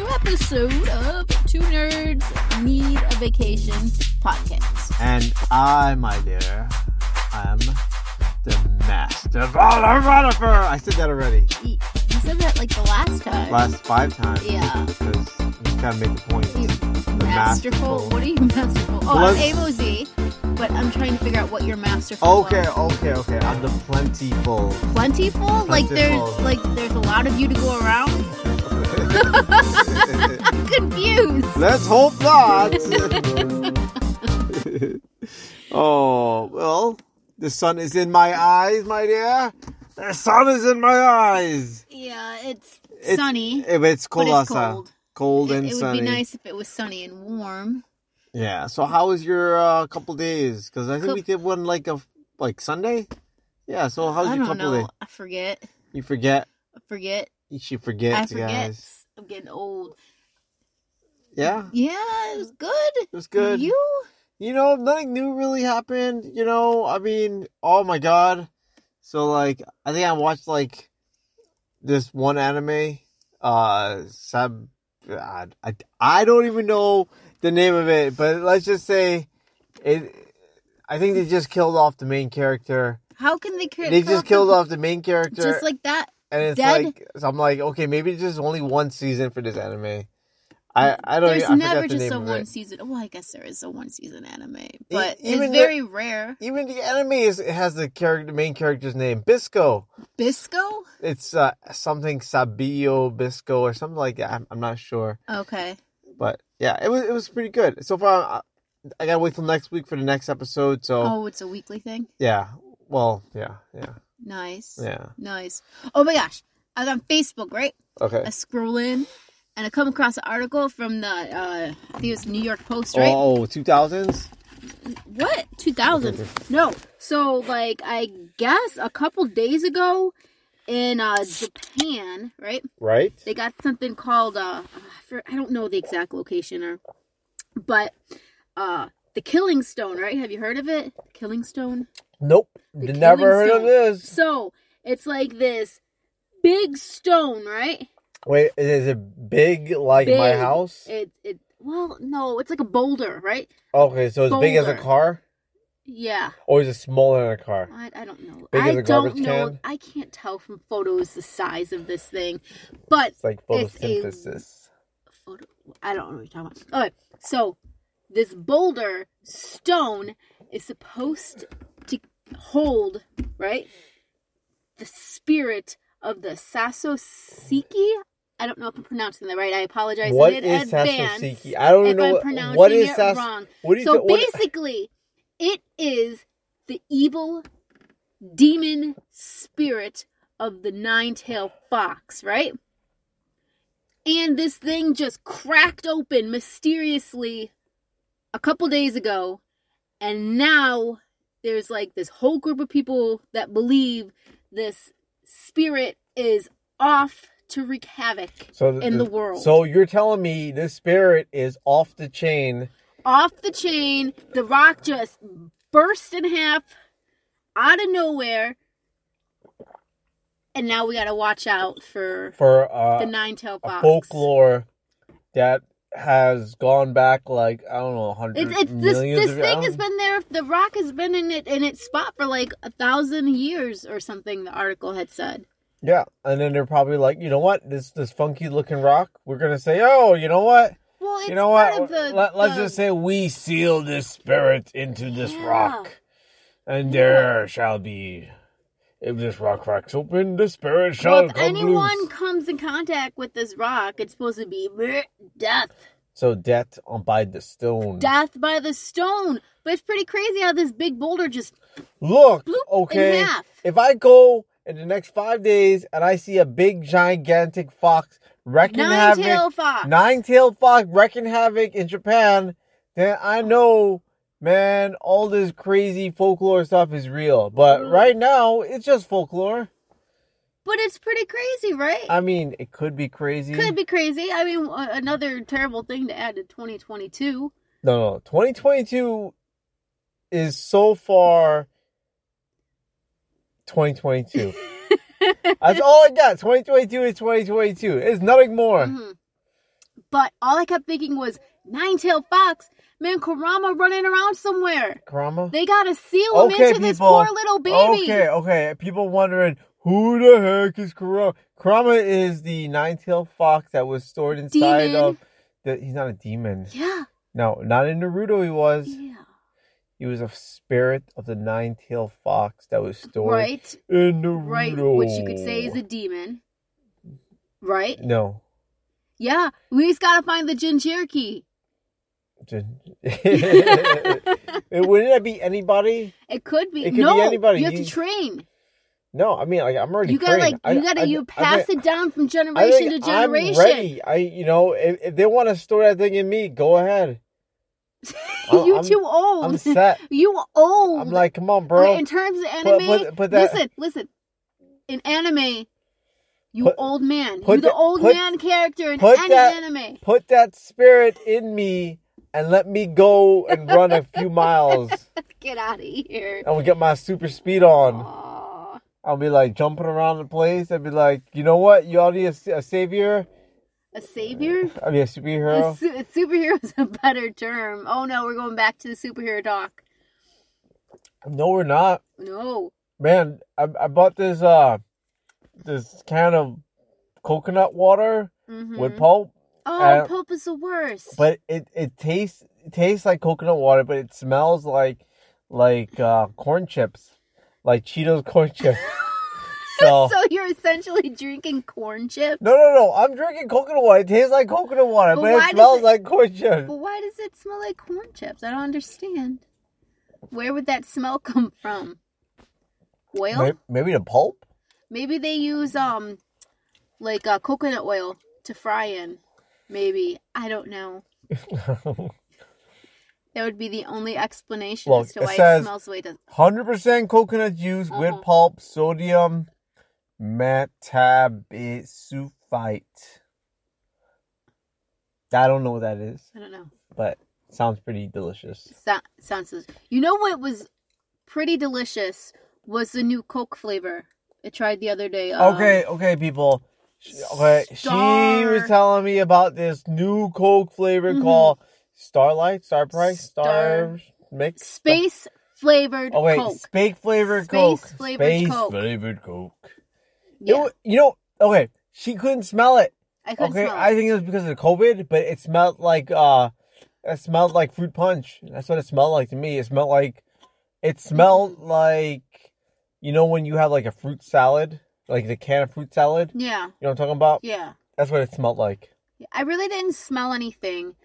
episode of Two Nerds Need a Vacation podcast. And I, my dear, am the master photographer. I said that already. You you said that like the last time. Last five times. Yeah. Because you gotta make the point. You The masterful. What are you masterful? Oh, Was- I'm AMOZ, but I'm trying to figure out what you're masterful. of. Okay, okay, okay. I'm the plentiful. Plentiful? Like there's Plentiful. like there's a lot of you to go around. I'm confused. Let's hope not. oh, well, the sun is in my eyes, my dear. The sun is in my eyes. Yeah, it's, It's- sunny. It, it's cold it's outside. cold. Cold It, and it would sunny. be nice if it was sunny and warm. Yeah. So how was your uh, couple days? Because I think Coup- we did one like a like Sunday. Yeah. So how was I your don't couple know. days? I forget. You forget. I forget. She forgets, I forget. guys. I'm getting old. Yeah. Yeah, it was good. It was good. You? you know, nothing new really happened. You know, I mean, oh my god. So like, I think I watched like this one anime. Uh, sub. I, I, I don't even know the name of it, but let's just say it. I think they just killed off the main character. How can they kill? They just killed off the main character, Just like that. and it's dead- like so I'm like, okay, maybe there's only one season for this anime. I I don't. There's even, I forgot never the just name a of one it. E, season. Well, I guess there is a one season anime, but even it's the- very rare. Even the anime is it has the character, the main character's name, Bisco. Bisco? It's uh, something Sabio Bisco or something like that. I'm, I'm not sure, Okay. but yeah, it was it was pretty good so far. I, I gotta wait till next week for the next episode. So Oh, it's a weekly thing. yeah, well, yeah, yeah, Nice. yeah. Nice. Oh my gosh. I was on Facebook, right? Okay. I scroll in and I come across an article from the uh I think it was New York Post, right? Oh, 2000s. What? 2000? No. So, like, I guess a couple days ago in uh, Japan, right? Right. They got something called, uh, I for- I don't know the exact location, or, but uh, the Killing Stone, right? Have you heard of it? Killing Stone? Nope. The Never Killing heard of Stone. this. So, it's like this big stone, right? Wait, is it big like my Big. house? It, it, well, no, it's like a boulder, right? Okay, so it's big as a Boulder. car, Yeah. or is it smaller than a car? I, I don't know. Big as I a don't garbage know. can? I can't tell from photos the size of this thing, but It's like It's a- photosynthesis. photo, I don't know what you're talking about. Okay, so this boulder stone is supposed to hold right the spirit of the Sasosiki. I don't know if I'm pronouncing that right. I apologize What in is advance Sasosiki? I don't if know I'm what, pronouncing what is it Sas- wrong. What do you So th- what- basically, it is the evil demon spirit of the nine tailed fox, right? And this thing just cracked open mysteriously a couple days ago, and now there's like this whole group of people that believe this spirit is off to wreak havoc so th- in the th- world. So you're telling me this spirit is off the chain? off the chain. The rock just burst in half out of nowhere. And now we gotta watch out for for uh, the nine tailed a fox. folklore that has gone back like I don't know It, hundred it's this millions this of thing I has don't- been there. The rock has been in it in its spot for like a thousand years or something. The article had said. yeah, and then they're probably like, you know what, this this funky looking rock, we're gonna say, oh, you know what, Well, it's you know part what, of the. Let, us the- just say we seal this spirit into this Yeah. rock, and there shall be. If this rock cracks open, the spirit shall Well, if come anyone loose. comes in contact with this rock, it's supposed to be bleh, death. So death on by the stone. death by the stone. But it's pretty crazy how this big boulder just Look, bloop okay. in half. If I go in the next five days and I see a big gigantic fox wrecking Nine havoc, tail fox. nine-tailed fox wrecking havoc in Japan, then I know, man, all this crazy folklore stuff is real. But Mm. right now, it's just folklore. But it's pretty crazy, right? I mean, it could be crazy. Could be crazy. I mean, a- another terrible thing to add to 2022. No, no, 2022 is so far 2022. That's all I got. 2022 is 2022. It's nothing more. Mhm. But all I kept thinking was Nine-Tailed Fox, man, Karama running around somewhere. Karama? They gotta seal him Okay, into this people. poor little baby. Okay, okay. People wondering who the heck is Karama? Karama is the nine-tailed fox that was stored inside Demon. of. The, he's not a demon. Yeah, No, not in Naruto. He was. yeah, He was a spirit of the nine-tailed fox that was stored right, in Naruto. right. Which you could say is a demon, right? no. Yeah, we just gotta find the Jinjiriki. Just- Wouldn't that be anybody? It could It be could be no. anybody. You have You- to train. No, I mean, like I'm already. You gotta trained. like I- you gotta I- I you pass think- it down from I generation to think generation. I'm ready. I, you know, if, if they want to store that thing in me, go ahead. I'm- you I'm- too old. I'm set. you old. I'm like, come on, bro. In terms of anime, put- put- put that- listen, listen. In anime, you Put- old man. You put the that- old put- man character in put any that- anime. Put that spirit in me and let me go and run a few miles. Get out of here. I'm gonna get my super speed on. Aw. I'll be like jumping around the place. I'll be like, you know what? You all need a, sa- a savior. A savior? I'll be a A superhero. su- a superhero is a better term. Oh no, we're going back to the superhero talk. No, we're not. No. man I, I bought this uh this can of coconut water Mhm. with pulp oh, uh, Pope is the worst. but it it tastes it tastes like coconut water but it smells like like uh corn chips like cheetos corn chips so so you're essentially drinking corn chips. no no no i'm drinking coconut water it tastes like coconut water But but, why it does smells it- like corn chips But why does it smell like corn chips? I don't understand. Where would that smell come from? Oil? May- Maybe, maybe the pulp they use um like uh, coconut oil to fry in. Maybe I don't know. That would be the only explanation Look, as to it why says- it smells the way it does. 100% coconut juice with Uh-huh. pulp sodium metabisulfite i don't know what that is I don't know. but sounds pretty delicious So- sounds. delicious. You know what was pretty delicious was the new Coke flavor. I tried the other day. um, okay okay people Sh- okay she was Star- telling me about this new coke flavor Mhm. called starlight star price Star- star, mix Space flavored oh wait Coke. space flavored Space coke flavored Coke. flavored coke Yeah, It wa- you know okay she couldn't smell it I couldn't Okay, smell. I it. think it was because of the COVID, but it smelled like uh, it smelled like fruit punch. That's what it smelled like to me. It smelled like, it smelled Mm-hmm. like, you know, when you have like a fruit salad, like the can of fruit salad. You yeah, know what I'm talking about? yeah. That's what it smelled like. I really didn't smell anything.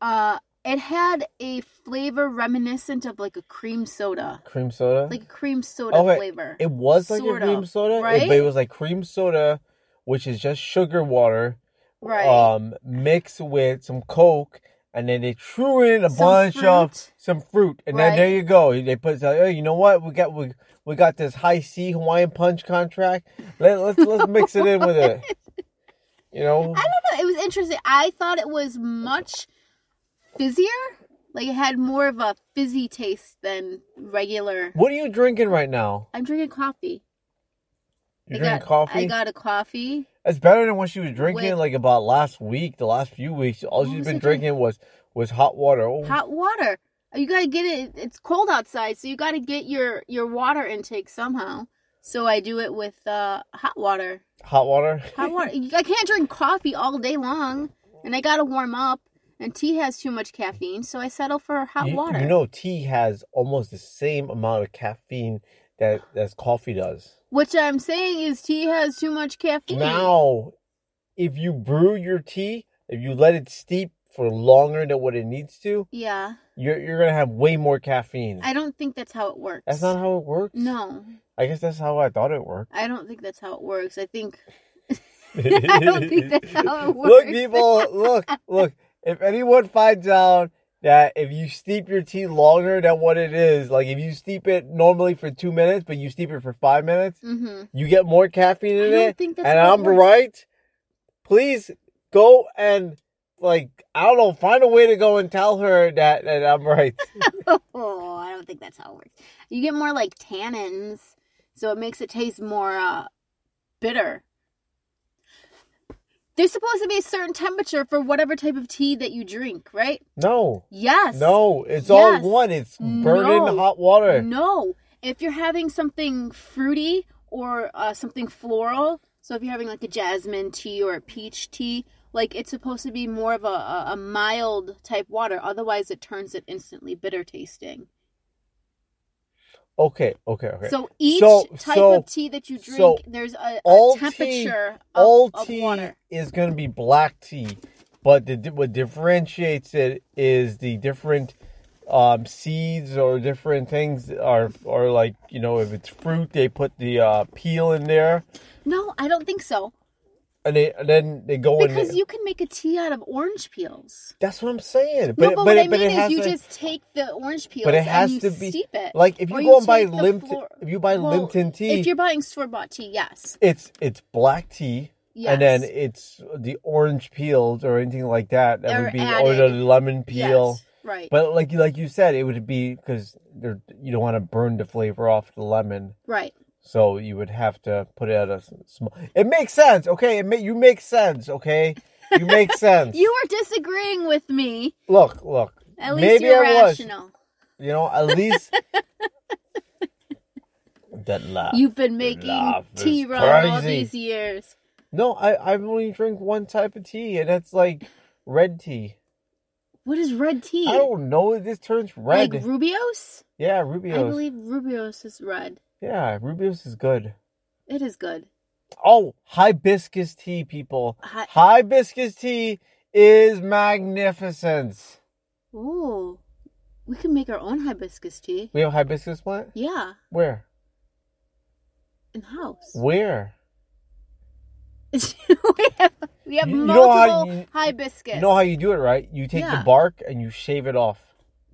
Uh, it had a flavor reminiscent of like a cream soda, Cream soda. like a cream soda Okay. flavor. Oh, it was like sort a cream of, soda, it- right? but it was like cream soda, which is just sugar water, right. um, mixed with some Coke, and then they threw in a Some bunch of fruit. some fruit, and then there Right. you go. They put, like, oh, you know what? We got we we got this high C Hawaiian punch contract. Let let's let's mix it in with it. You know, I don't know. It was interesting. I thought it was much fizzier. Like it had more of a fizzy taste than regular. what are you drinking right now? I'm drinking coffee. You I drinking got- I coffee? got a coffee. it's better than what she was drinking. With- like about last week, the last few weeks, all What she's was been I drinking? drinking was was hot water. Oh, hot water. You gotta get it. It's cold outside, so you gotta get your your water intake somehow. So I do it with uh, hot water. hot water. Hot water. I can't drink coffee all day long, and I gotta warm up. And tea has too much caffeine, so I settle for hot you, water. you know, tea has almost the same amount of caffeine that as coffee does. Which I'm saying is tea has too much caffeine. Now, if you brew your tea, if you let it steep for longer than what it needs to, Yeah, you're you're gonna have way more caffeine. I don't think that's how it works. That's not how it works. No, I guess that's how I thought it worked. I don't think that's how it works. I think I don't think that's how Look, it works. people, look, look. If anyone finds out that if you steep your tea longer than what it is, like if you steep it normally for two minutes, but you steep it for five minutes, hmm you get more caffeine I in don't it, think that's and how it I'm works. right. Please go and like I don't know, find a way to go and tell her that that I'm right. oh, I don't think that's how it works. You get more like tannins, so it makes it taste more uh, bitter. There's supposed to be a certain temperature for whatever type of tea that you drink, right? No. Yes. No, it's Yes. Mm, all one. It's burning No. Mm. hot water. No. If you're having something fruity or uh, something floral, so if you're having like a jasmine tea or a peach tea, like it's supposed to be more of a, a, a mild type water. Otherwise, it turns it instantly bitter tasting. Okay, okay, okay. So each So- type so- of tea that you drink, so there's a, all a tea- temperature of, all of tea water. is going to be black tea, but the, di- what differentiates it is the different um, seeds or different things are or like you know if it's fruit they put the uh, peel in there No, I don't think so. and, they, and then they go in Because there. you can make a tea out of orange peels. That's what I'm saying. No, but, what I it mean is has you to- just take the orange peels but it has and you to be steep it. like if you Or go and buy take the Limpton, flor- if you buy Well, Limpton tea, If you're buying store bought tea, yes. it's it's black tea Yes. and then it's the orange peels or anything like that that They're would be or added. the lemon peel Yes, right. but like you like you said it would be because they're you don't want to burn the flavor off the lemon right. so you would have to put it at a small it makes sense okay it ma- you make sense okay you make sense You were disagreeing with me. look look At least maybe you're i was rational. you know at least that laugh You've been making laugh is tea wrong all crazy. these years. no i i've only drink one type of tea and that's like red tea What is red tea? I don't know. This turns red. Like Rubios? yeah, I Rubio's. believe Rubios is red. yeah, Rubio's is good. It is good. Oh, hibiscus tea, people. Hi- Hibiscus tea is magnificent. Ooh. We can make our own hibiscus tea. We have a hibiscus plant? Yeah. Where? In house. Where? we have, we have You- you know how multiple you- hibiscus. You know how you do it, right? You take Yeah. the bark and you shave it off.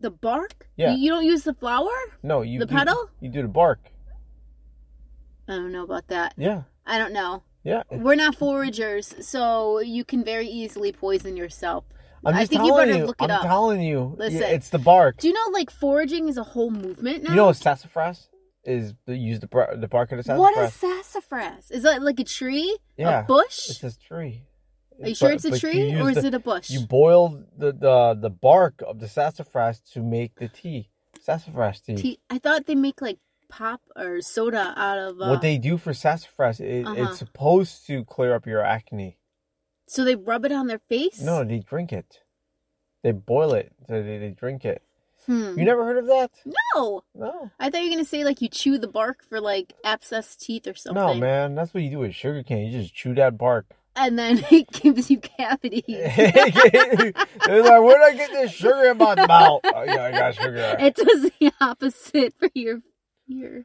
the bark? Yeah. You, you don't use the flower? No, you The you- petal? You, do the bark. I don't know about that. Yeah. I don't know. Yeah. We're not foragers, so you can very easily poison yourself. I'm I just think you telling you. better look it I'm up. telling you. Yeah, Listen. It's the bark. Do you know like foraging is a whole movement now? You know sassafras is they use the bar- the bark of the sassafras. what is sassafras? Is that like a tree? Yeah. A bush? It's a tree. Are you sure But- it's a but you tree use or is the- it a bush? You boil the, the the bark of the sassafras to make the tea, sassafras tea. Tea- I thought they make like pop or soda out of uh, What they do for sassafras, it, Uh-huh. it's supposed to clear up your acne. so they rub it on their face. No, they drink it. They boil it. So they, they drink it. Hmm. You never heard of that? no. No. I thought you were gonna say like you chew the bark for like abscess teeth or something. No, man. That's what you do with sugar cane. You just chew that bark. And then it gives you cavities. They're like, where did I get this sugar in my mouth? Oh, yeah, I got sugar. it does the opposite for your your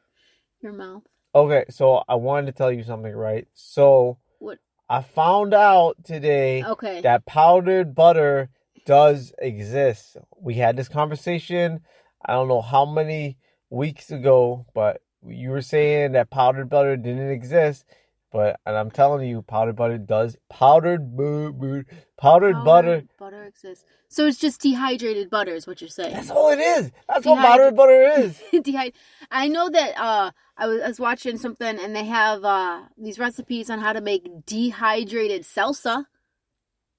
your mouth. Okay, so I wanted to tell you something, right? So What? I found out today Okay. that powdered butter does exist. We had this conversation, I don't know how many weeks ago, but you were saying that powdered butter didn't exist. But and I'm telling you, powdered butter does. Powdered bu- bu- powdered butter. Oh, Butter exists. So it's just dehydrated butter is what you're saying. That's all it is. That's what Dehyd- powdered butter is. Dehy- I know that uh I was, I was watching something and they have uh these recipes on how to make dehydrated salsa.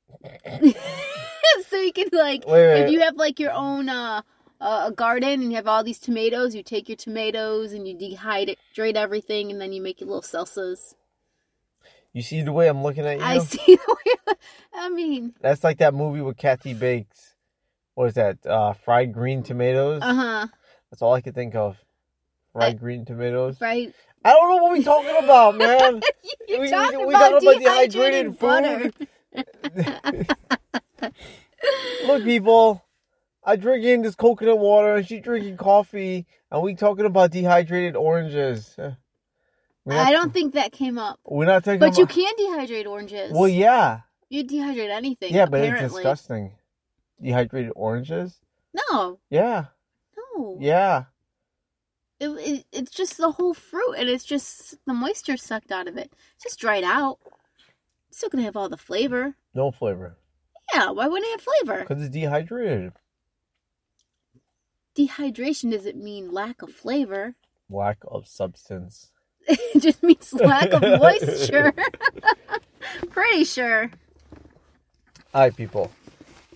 so you can like Wait, wait, if you have like your own uh uh, a garden and you have all these tomatoes. You take your tomatoes and you dehydrate everything, and then you make your little salsas. You see the way I'm looking at you. I see the way. I mean, That's like that movie with Kathy Bates. What is that? Uh, fried green tomatoes. uh huh. That's all I could think of. Fried green tomatoes. Right? I don't know what we're talking about, man. You're We- talking we about, talking about dehydrated, dehydrated butter. Look, people. I drinking this coconut water, and she drinking coffee, and we talking about dehydrated oranges. Eh. We're not, I don't think that came up. We're not talking. But you about- can dehydrate oranges. Well, yeah, You dehydrate anything. yeah, but it's apparently. disgusting. Dehydrated oranges. No, Yeah, no. yeah. It, it, it's just the whole fruit, and it's just the moisture sucked out of it. Just dried out. Still gonna have all the flavor. No flavor Yeah, why wouldn't it have flavor? because it's dehydrated. Dehydration doesn't mean lack of flavor. Lack of substance. it just means lack of moisture. Pretty sure. Hi, people.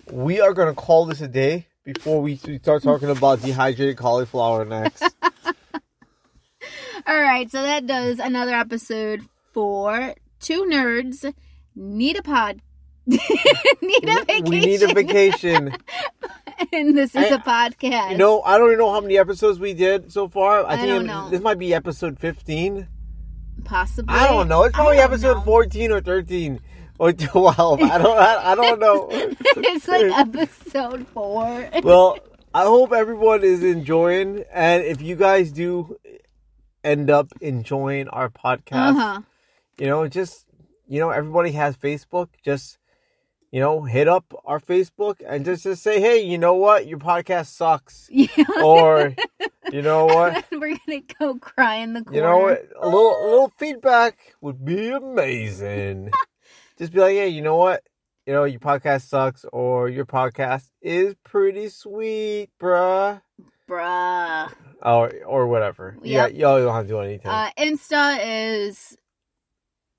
We are going to call this a day before we we start talking about dehydrated cauliflower next. All right, so that does another episode for two nerds need a pod. need a We- vacation. we need a vacation. and this is I- a podcast. You know, I don't even know how many episodes we did so far. I, I think don't it- know. this might be episode 15. possibly. I don't know. It's I probably don't episode know. 14 or 13 or 12. I don't I, I don't know. it's like episode four. well, I hope everyone is enjoying and if you guys do end up enjoying our podcast, Uh-huh. you know, just you know, everybody has Facebook. Just you know, hit up our Facebook and just just say, "Hey, you know what? Your podcast sucks." Yeah. Or you know what? We're gonna go cry in the corner. Uh, You know what? A little, a little feedback would be amazing. Just be like, hey, you know what? You know, your podcast sucks, or your podcast is pretty sweet, bruh. Bruh. Or, or whatever. Yeah, Yep. y'all don't have to do anything. Uh, Insta is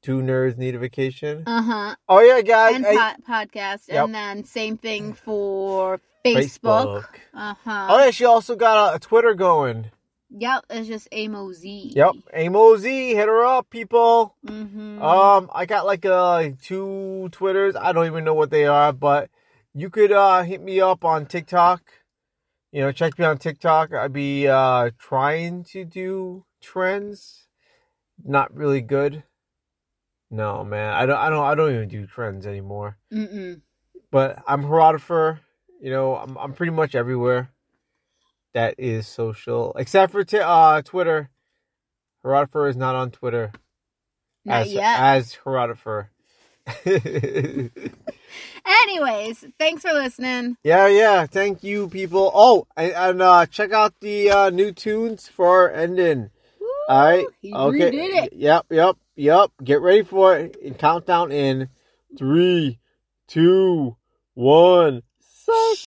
Two nerds need a vacation. uh huh oh, yeah, guys. and hey, pod- podcast, Yep. and then same thing for Facebook. Facebook. Uh huh. Oh, yeah, she also got a, a Twitter going. Yep, it's just Amozy. Yep. Amo Z, hit her up, people. Mm-hmm. Um, I got like uh two Twitters. I don't even know what they are, but you could uh hit me up on TikTok. You know, check me on TikTok. I'd be uh trying to do trends. Not really good. No, man. I don't I don't I don't even do trends anymore. Mm-mm. But I'm Herodifer. You know, I'm I'm pretty much everywhere. That is social. Except for t- uh Twitter. Herodifer is not on Twitter Not as, yet. As Herodifer. Anyways, thanks for listening. yeah, yeah. Thank you, people. Oh, and, and uh, check out the uh, new tunes for our ending. All right. Woo, He okay. redid it. Yep, yep, yep. Get ready for it. And countdown in three, two, one. Suck.